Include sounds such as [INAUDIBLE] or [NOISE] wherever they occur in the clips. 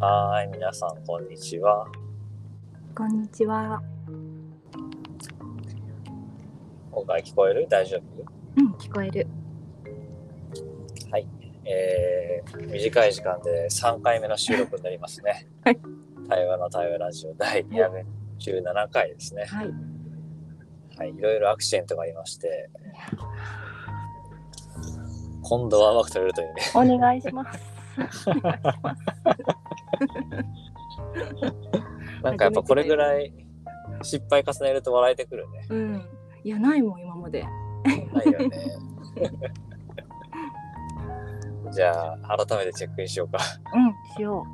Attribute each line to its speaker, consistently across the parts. Speaker 1: はーい、皆さん、こんにちは。
Speaker 2: こんにちは。
Speaker 1: 今回聞こえる大丈夫
Speaker 2: うん、聞こえる。
Speaker 1: えー、短い時間で3回目の収録になりますね。
Speaker 2: はい。
Speaker 1: 対話の対話ラジオ第217回ですね。
Speaker 2: はい。
Speaker 1: はい、いろいろアクシデントがありまして、今度はうまく取れるといい
Speaker 2: [LAUGHS]
Speaker 1: ね。
Speaker 2: お願いします。お願いします。
Speaker 1: なんかやっぱこれぐらい失敗重ねると笑えてくるね。
Speaker 2: うん。いや、ないもん、今まで。
Speaker 1: ないよ
Speaker 2: [LAUGHS]
Speaker 1: ね。じゃあ、改めてチェックインしようか。
Speaker 2: うん、しよ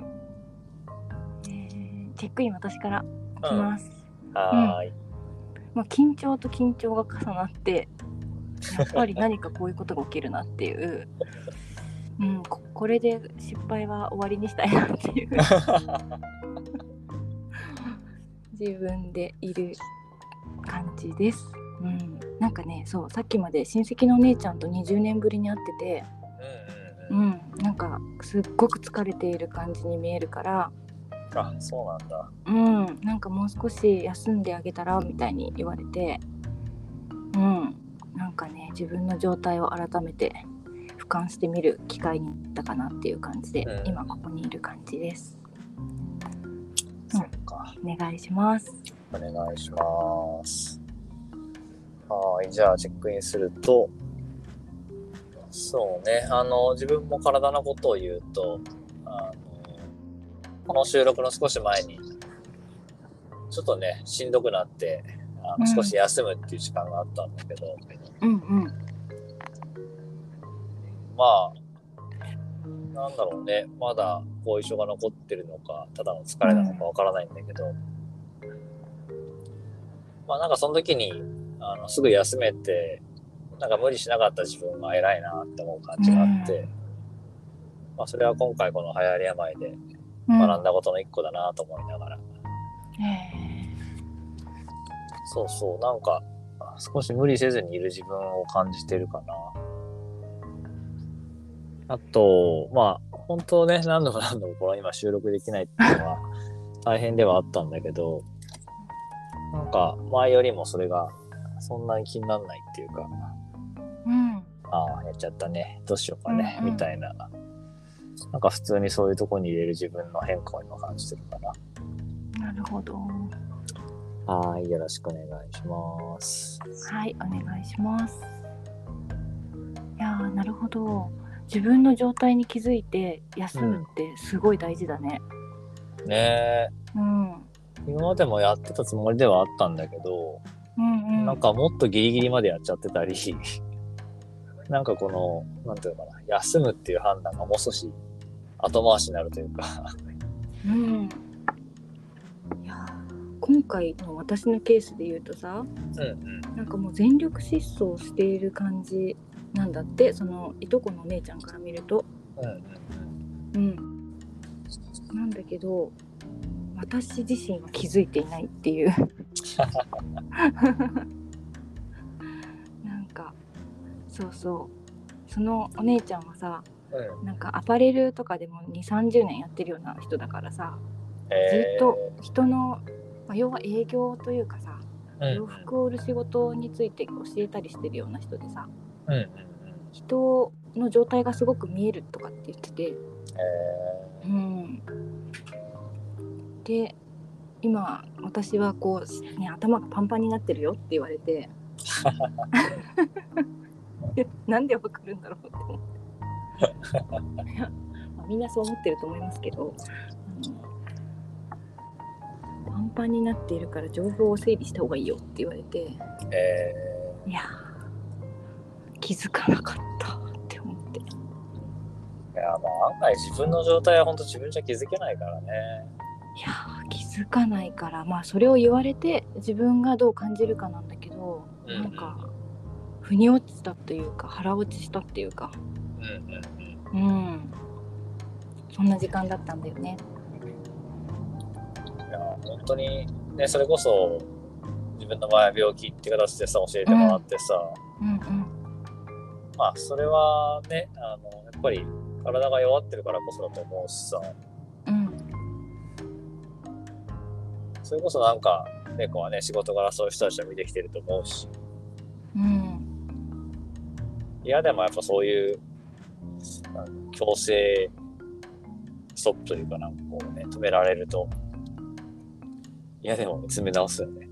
Speaker 2: う。えーチェックイン私から
Speaker 1: う
Speaker 2: し
Speaker 1: ん。
Speaker 2: ます。
Speaker 1: はーい。
Speaker 2: まあ、緊張と緊張が重なって、やっぱり何かこういうことが起きるなっ
Speaker 1: [LAUGHS]
Speaker 2: ていう。うん、ここれで失敗は終わりにしたいなっ
Speaker 1: [LAUGHS]
Speaker 2: ていう自分でいる感じです。うん、なんかねそうさっきまで親戚のお姉ちゃんと20年ぶりに会ってて、
Speaker 1: うんうんう。
Speaker 2: うんん、なんかすっごく疲れている感じに見えるから、
Speaker 1: あ、そうなんだ。
Speaker 2: うん、なんかもう少し休んであげたらみたいに言われて、うん、なんかね自分の状態を改めて俯瞰してみる機会になったかなっていう感じで、
Speaker 1: うん
Speaker 2: 今ここにいる感じです。
Speaker 1: そっか。
Speaker 2: お願いします。
Speaker 1: お願いします。はーい、じゃあチェックインすると、そうね、あの、自分も体のことを言うと、あの、この収録の少し前に、ちょっとね、しんどくなって、あ
Speaker 2: う
Speaker 1: の
Speaker 2: ん
Speaker 1: 少し休むっていう時間があったんだけど、
Speaker 2: うんうん
Speaker 1: まあ、なんだろうね、まだ後遺症が残ってるのか、ただの疲れなのかわからないんだけど、まあなんかその時に、あのすぐ休めて、なんか無理しなかった自分が偉いなって思う感じがあって、まあそれは今回この流行り病で
Speaker 2: うん。
Speaker 1: 学んだことの一個だなと思いながら、
Speaker 2: え
Speaker 1: そうそう、なんか少し無理せずにいる自分を感じてるかな。あと、まあ、本当ね、何度も何度もこの今収録できないっていう [LAUGHS] のは大変ではあったんだけど、なんか前よりもそれがそんなに気にならないっていうか、
Speaker 2: ーうん
Speaker 1: ああ、やっちゃったね、どうしようかね、
Speaker 2: うんうん
Speaker 1: みたいな。なんか普通にそういうとこに入れる自分の変化を今感じてるかな。
Speaker 2: なるほど。
Speaker 1: はい、よろしくお願いします。
Speaker 2: はい、お願いします。いやーなるほど。自分の状態に気づいて休むってすごい大事だね。
Speaker 1: ねえ。
Speaker 2: うん。うん
Speaker 1: 今までもやってたつもりではあったんだけど、
Speaker 2: うん。
Speaker 1: なんかもっとギリギリまでやっちゃってたり、 [LAUGHS] なんかこの、なんていうのかな、休むっていう判断がもう少し後回しになるというか、
Speaker 2: うん。いやー今回の私のケースで言うとさ、
Speaker 1: うんうん。
Speaker 2: なんかもう全力疾走している感じなんだって、そのいとこのお姉ちゃんから見ると。
Speaker 1: うんうん
Speaker 2: うん。なんだけど、私自身は気づいていないっていう。なんか、そうそう。そのお姉ちゃんはさ、
Speaker 1: うん。
Speaker 2: なんかアパレルとかでも2、30年やってるような人だからさ、ず
Speaker 1: え
Speaker 2: っ
Speaker 1: ー
Speaker 2: と人の、まあ、要は営業というかさ、
Speaker 1: うん
Speaker 2: 洋服を売る仕事について教えたりしてるような人でさ、
Speaker 1: うんうんうん。
Speaker 2: 人の状態がすごく見えるとかって言ってて、
Speaker 1: え
Speaker 2: うん、で今私はこう、ね、頭がパンパンになってるよって言われて [LAUGHS] いやなんでわかるんだろうって思って [LAUGHS] いやまあみんなそう思ってると思いますけどあのパンパンになっているから情報を整理した方がいいよって言われて
Speaker 1: ー、え
Speaker 2: いやー気づかなかったって思って
Speaker 1: ー、いや、まあ案外自分の状態は本当自分じゃ気づけないからね。
Speaker 2: いやー気づかないからまあそれを言われて自分がどう感じるかなんだけど、
Speaker 1: うん
Speaker 2: なんか腑に落ちたというか腹落ちしたっていうか
Speaker 1: うんうんうん。
Speaker 2: うんそんな時間だったんだよね
Speaker 1: いや、本当に、ね、それこそ、自分の場合は病気って形でさ、教えてもらってさ、
Speaker 2: うんうん
Speaker 1: まあそれはねあのやっぱり体が弱ってるからこそだと思うしさそれこそなんか猫はね仕事柄そういう人たちを見てきてると思うし
Speaker 2: うん
Speaker 1: 嫌でもやっぱそういうなんか強制ストップというかなんかこうね止められると嫌でも見つめ直すよね。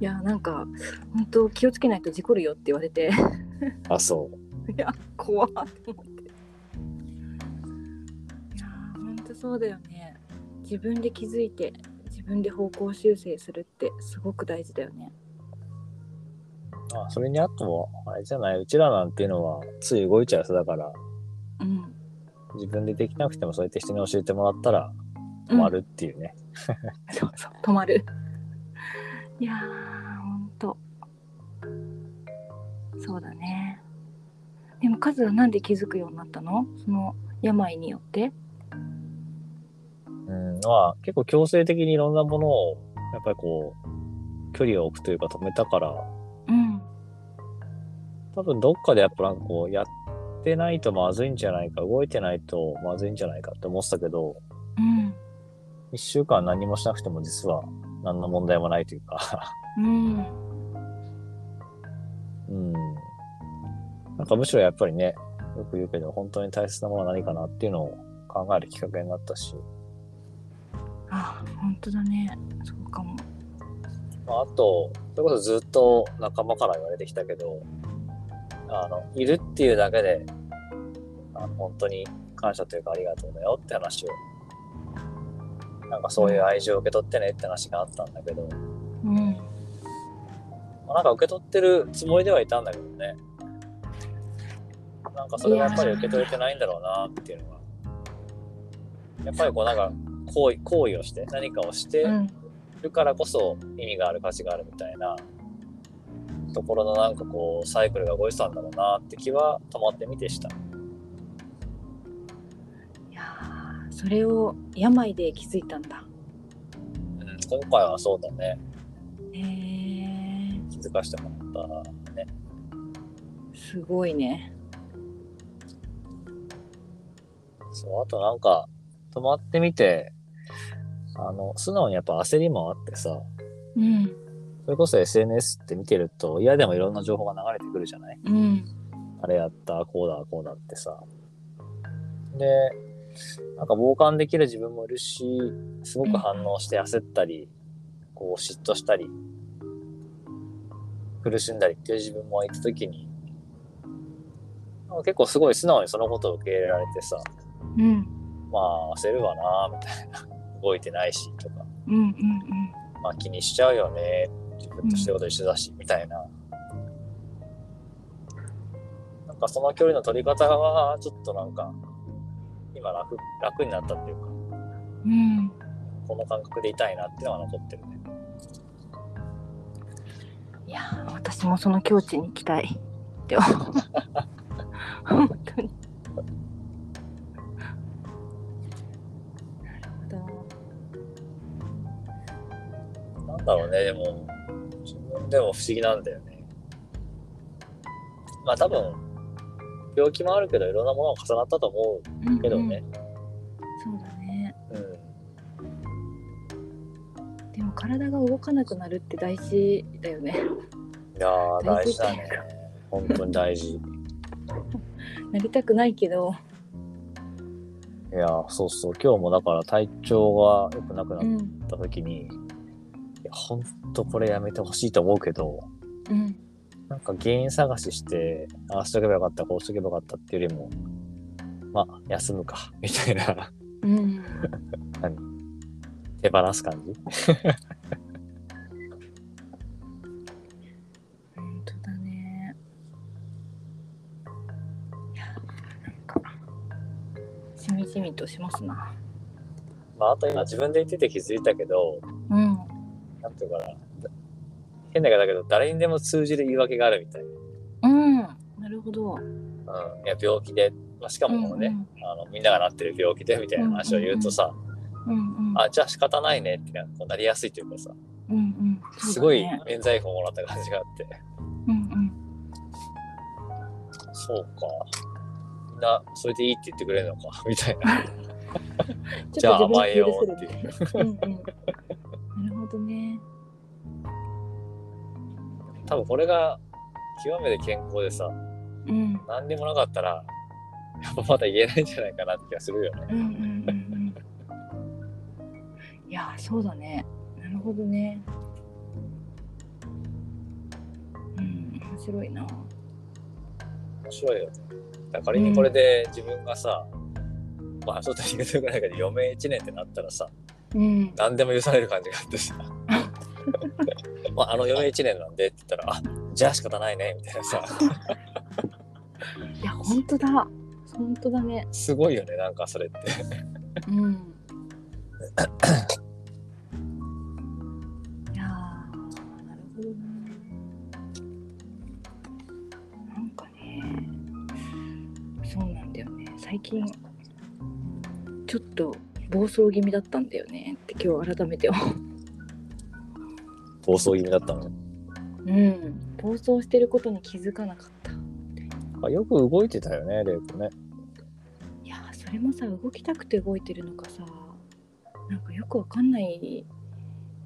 Speaker 2: いやなんか本当気をつけないと事故るよって言われて [LAUGHS]
Speaker 1: あそう
Speaker 2: いや怖っと思っていや本当そうだよね自分で気づいて自分で方向修正するってすごく大事だよね
Speaker 1: あそれにあともあれじゃないうちらなんていうのはつい動いちゃう人だから
Speaker 2: うん
Speaker 1: 自分でできなくてもそうやって人に教えてもらったら止まるっていうね。
Speaker 2: そうそう止まるいやーほんとそうだねでもカズはなんで気づくようになったのその病によって
Speaker 1: うん、まあ結構強制的にいろんなものをやっぱりこう距離を置くというか止めたから
Speaker 2: うん
Speaker 1: 多分どっかでやっぱなんかこうやってないとまずいんじゃないか動いてないとまずいんじゃないかって思ってたけど
Speaker 2: うん
Speaker 1: 1週間何もしなくても実は何の問題もないというか、
Speaker 2: うん
Speaker 1: うん、なんかむしろやっぱりねよく言うけど本当に大切なものは何かなっていうのを考えるきっかけになったし、
Speaker 2: あほんとだねそうかも
Speaker 1: まあ、あとそれこそずっと仲間から言われてきたけどあのいるっていうだけであの本当に感謝というかありがとうだよって話をなんかそういう愛情を受け取ってねって話があったんだけど、
Speaker 2: うん
Speaker 1: まあなんか受け取ってるつもりではいたんだけどねなんかそれがやっぱり受け取れてないんだろうなっていうのがやっぱりこうなんか行為行為をして何かをして、
Speaker 2: うん
Speaker 1: るからこそ意味がある価値があるみたいなところのなんかこうサイクルが動いてたんだろうなって気は止まってみてした
Speaker 2: いやーそれを病で気づいたんだ
Speaker 1: うん今回はそうだね
Speaker 2: へえ
Speaker 1: 気づかせてもらったね
Speaker 2: すごいね
Speaker 1: そうあとなんか止まってみてあの素直にやっぱ焦りもあってさ
Speaker 2: うん
Speaker 1: それこそ SNS って見てると嫌でもいろんな情報が流れてくるじゃない
Speaker 2: うん
Speaker 1: あれやったこうだこうだってさでなんか傍観できる自分もいるしすごく反応して焦ったりこう嫉妬したり苦しんだりっていう自分もいた時になんか結構すごい素直にそのことを受け入れられてさ
Speaker 2: うん
Speaker 1: まあ焦るわなみたいな動いてないしとか
Speaker 2: うんうんうん
Speaker 1: まあ気にしちゃうよね自分としてること一緒だし、みたいななんかその距離の取り方はちょっとなんか今楽楽になったっていうか
Speaker 2: うん
Speaker 1: この感覚でいたいなっていうのは残ってるね
Speaker 2: いやー私もその境地に行きたいって思う本当になるほ
Speaker 1: なんだろうねでも自分でも不思議なんだよねまあ多分病気もあるけどいろんなものが重なったと思う
Speaker 2: ど
Speaker 1: けどね、
Speaker 2: うんうんそうだね
Speaker 1: うん
Speaker 2: でも体が動かなくなるって大事だよね
Speaker 1: い
Speaker 2: [LAUGHS]
Speaker 1: やー大
Speaker 2: 大
Speaker 1: 事
Speaker 2: 事
Speaker 1: だ
Speaker 2: だ
Speaker 1: ね
Speaker 2: ね
Speaker 1: 本当に大事い
Speaker 2: なりたくないけど
Speaker 1: やーそうそう今日もだから体調が良くなくなっ
Speaker 2: うん
Speaker 1: った時に、いや、ほんとこれやめてほしいと思うけど、
Speaker 2: うん
Speaker 1: なんか原因探しして、ああしとけばよかった、こうしとけばよかったっていうよりも、まあ、休むか、 [LAUGHS] みたいな、
Speaker 2: うん
Speaker 1: 手放す感じ。
Speaker 2: 本当だねいやなんかしみじみとしますな
Speaker 1: まあ、あと今自分で言ってて気づいたけど、
Speaker 2: うん
Speaker 1: なんていうかな、だ変な言い方だけど、誰にでも通じる言い訳があるみたい
Speaker 2: うんなるほど
Speaker 1: な。うん。いや、病気で、まあ、しかもこのね、
Speaker 2: うん
Speaker 1: あの、みんながなってる病気でみたいな話を言うとさ、
Speaker 2: うんうんうん
Speaker 1: あ、じゃあ仕方ないねってなこうなりやすいというかさ、
Speaker 2: うんうん
Speaker 1: すごい
Speaker 2: そうだね
Speaker 1: 免罪符をもらった感じがあって。
Speaker 2: うん
Speaker 1: [LAUGHS] そうか。みんな、それでいいって言ってくれるのか、みたいな。じゃあ甘え
Speaker 2: ちょっ
Speaker 1: よ
Speaker 2: と
Speaker 1: うって
Speaker 2: 自分で許
Speaker 1: いう。
Speaker 2: せるねうんうんなるほどね
Speaker 1: 多分これが極めて健康でさ、
Speaker 2: うん
Speaker 1: 何でもなかったら、やっぱまだ言えないんじゃないかなって気がするよね。
Speaker 2: うんうんうんうんいやーそうだねなるほどねうん面白いな
Speaker 1: 面白いよね。だから仮にこれで自分がさ、まあちょっと言うとくないけど、余命1年ってなったらさ、
Speaker 2: うん
Speaker 1: 何でも許される感じがあって [LAUGHS] さ、まああの余命1年なんでって言ったら、あじゃあ仕方ないねみたいなさ、
Speaker 2: いや本当だ本当だね
Speaker 1: すごいよね、なんかそれって。
Speaker 2: うんいやーなるほどねなんかねそうなんだよね最近ちょっと暴走気味だったんだよねって今日改めて思う
Speaker 1: 暴走気味だったの。
Speaker 2: うん暴走してることに気づかなかった
Speaker 1: あよく動いてたよね、レイコね。
Speaker 2: いやーそれもさ動きたくて動いてるのかさなんかよくわかんない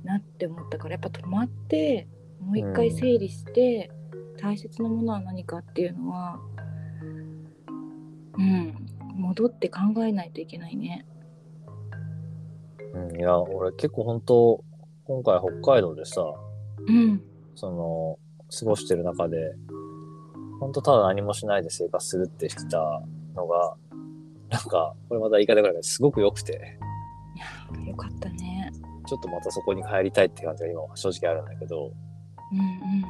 Speaker 2: なって思ったからやっぱ止まってもう一回整理して、大切なものは何かっていうのはうん戻って考えないといけないね。
Speaker 1: うん、いや、俺結構本当、今回北海道でさ、
Speaker 2: うん
Speaker 1: その、過ごしてる中で、本当ただ何もしないで生活するってしてたのが、なんか、これまた言い方があるけど、すごく良くて、
Speaker 2: いやーよかったね。
Speaker 1: ちょっとまたそこに帰りたいって感じが今は正直あるんだけど、
Speaker 2: うん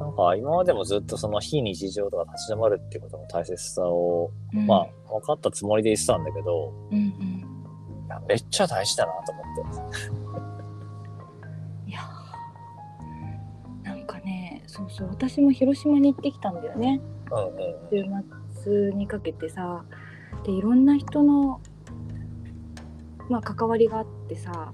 Speaker 1: なんか今までもずっとその非日常とか立ち止まるってことの大切さを、
Speaker 2: うんうん。
Speaker 1: まあ、分かったつもりで言ってたんだけど、
Speaker 2: うんうん。
Speaker 1: いやめっちゃ大事だなと思って。
Speaker 2: いやーなんかねそうそう私も広島に行ってきたんだよね。
Speaker 1: うんうんうん。
Speaker 2: 週末にかけてさでいろんな人の、まあ、関わりがあってさ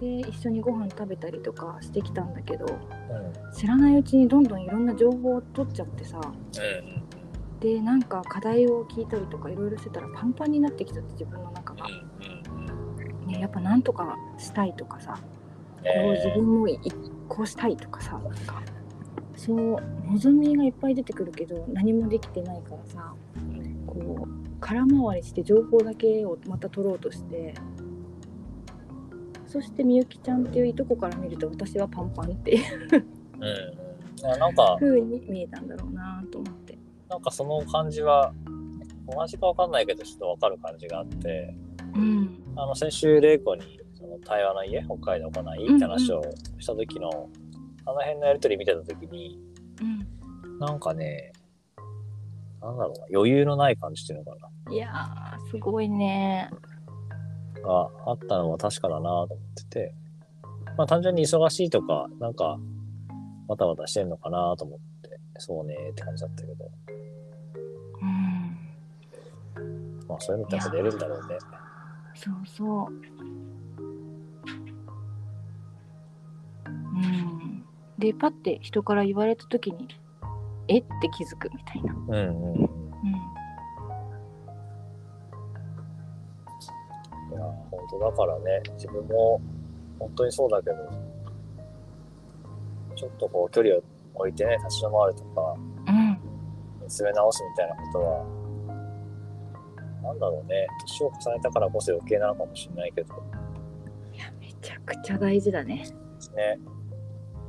Speaker 2: で一緒にご飯食べたりとかしてきたんだけど
Speaker 1: うんうん
Speaker 2: 知らないうちにどんどんいろんな情報を取っちゃってさ
Speaker 1: うん
Speaker 2: でなんか課題を聞いたりとかいろいろしてたらパンパンになってきちゃって自分の中が、
Speaker 1: うんうんうん。
Speaker 2: ね、やっぱなんとかしたいとかさこう自
Speaker 1: え
Speaker 2: 分もいこうしたいとかさなんかそう望みがいっぱい出てくるけど何もできてないからさこう空回りして情報だけをまた取ろうとしてそしてみゆきちゃんっていういとこから見ると私はパンパンっていう
Speaker 1: ーうんうん。あなんか、
Speaker 2: 風に見えたんだろうなと思って
Speaker 1: なんかその感じは同じかわかんないけどちょっとわかる感じがあって
Speaker 2: うん
Speaker 1: あの先週玲子にその台湾の家北海道かないって話をした時の、あの辺のやり取り見てた時に
Speaker 2: う
Speaker 1: なんかねなんだろうな余裕のない感じっていうのか
Speaker 2: んいやーすごいね
Speaker 1: ながあったのは確かだなと思っててまあ単純に忙しいとかなんかバタバタしてんのかなと思ってそうねーって感じだったけど
Speaker 2: うん
Speaker 1: まあそういうのってやっぱ出るんだろうね
Speaker 2: そうそううんでパッて人から言われた時にえって気づくみたいな
Speaker 1: うんうんい
Speaker 2: う
Speaker 1: や、本当だからね、自分も本当にそうだけど、ちょっとこう距離を置いてね、立ち止まるとか、
Speaker 2: んうん
Speaker 1: 見つめ直すみたいなことは、なんだろうね、年を重ねたからこそ余計なのかもしれないけど、
Speaker 2: いやめちゃくちゃ大事だね。
Speaker 1: ね、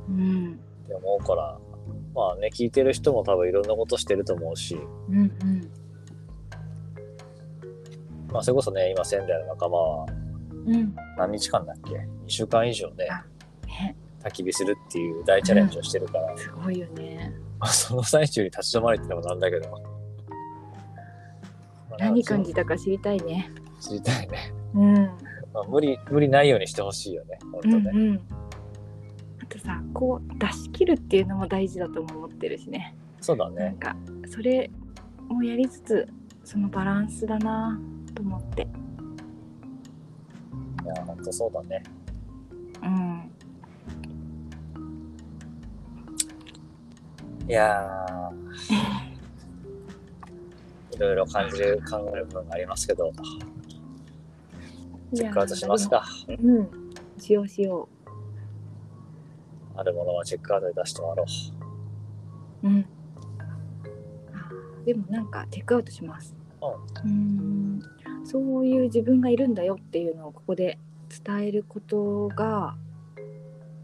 Speaker 2: うん
Speaker 1: って思うから、まあね、聞いてる人も多分いろんなことしてると思うし、
Speaker 2: うんうん
Speaker 1: まあそれこそね、今仙台の仲間は
Speaker 2: うん
Speaker 1: 何日間だっけ ?2 週間以上ね、
Speaker 2: ね
Speaker 1: 焚き火するっていう大チャレンジをしてるから、
Speaker 2: すごいよね。
Speaker 1: まあその最中に立ち止まるってのもなんだけど。まあ
Speaker 2: 何感じたか知りたいね。
Speaker 1: 知りたいね。
Speaker 2: うん
Speaker 1: まあ、無理、無理ないようにしてほしいよね。本当
Speaker 2: うん
Speaker 1: ね。
Speaker 2: うん。あとさこう出し切るっていうのも大事だとも思ってるしね。
Speaker 1: そうだ
Speaker 2: なん
Speaker 1: ね。
Speaker 2: かそれもやりつつそのバランスだなと思って。
Speaker 1: いや、本当そうだね。
Speaker 2: うん
Speaker 1: いや
Speaker 2: [LAUGHS]
Speaker 1: ー。いろいろ感じる、考える部分がありますけど、チェックアウトしますか。
Speaker 2: うん。しようしよ
Speaker 1: あるものはチェックアウトで出して終わろう。
Speaker 2: う。うん。あーでもなんかチェックアウトします。うん。そういう自分がいるんだよっていうのをここで伝えることが、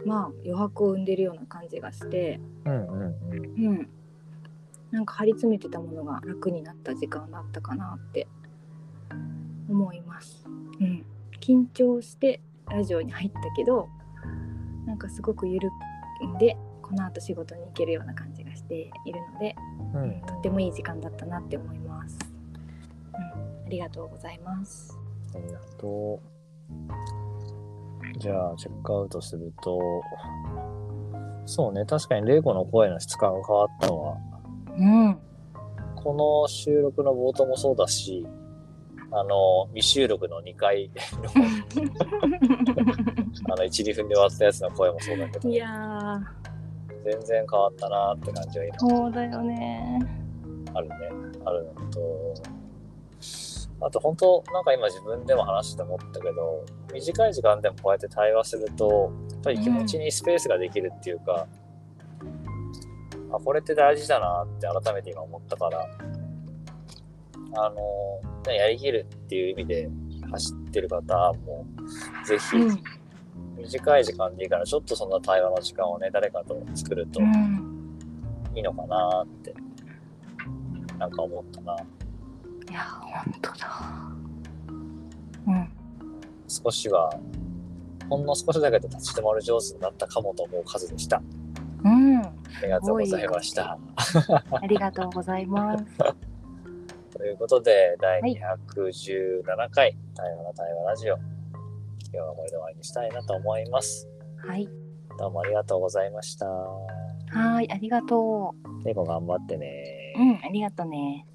Speaker 2: まあ余白を生んでるような感じがして、
Speaker 1: うんうんうん。
Speaker 2: うん。なんか張り詰めてたものが楽になった時間だったかなって思います。うん。緊張してラジオに入ったけど、なんかすごく緩んでこの後仕事に行けるような感じがしているので、
Speaker 1: うん
Speaker 2: うんとってもいい時間だったなって思います。うん、ありがとうございます。
Speaker 1: ありがとう。じゃあ、チェックアウトすると、そうね、確かに玲子の声の質感が変わったわ。
Speaker 2: うん、
Speaker 1: この収録の冒頭もそうだし、あの、未収録の2回のあの1、2分で終わったやつの声もそうだけど、全
Speaker 2: いやー、
Speaker 1: 然変わったなーって感じがいる
Speaker 2: そうだよね。
Speaker 1: あるね。あるのと、あと本当、なんか今自分でも話して思ったけど、短い時間でもこうやって対話すると、やっぱり気持ちにスペースができるっていうか、あ、これって大事だなって改めて今思ったから、あの、やりきるっていう意味で走ってる方も、ぜひ
Speaker 2: うん、
Speaker 1: 短い時間でいいから、ちょっとそんな対話の時間をね、誰かと作ると
Speaker 2: うん、
Speaker 1: いいのかなって、なんか思ったな。
Speaker 2: いやー、本当だ。うん、
Speaker 1: 少しはほんの少しだけど立ち止まる上手になったかもと思う数でした。
Speaker 2: うん、
Speaker 1: ありがとうございました。
Speaker 2: ありがとうございます。
Speaker 1: ということで第
Speaker 2: はい
Speaker 1: 217回「対話の対話ラジオ」今日はこれで終わりにしたいなと思います。
Speaker 2: はい、
Speaker 1: どうもありがとうございました。
Speaker 2: はーい、ありがと
Speaker 1: 猫頑張ってね
Speaker 2: う。うん、ありがとね。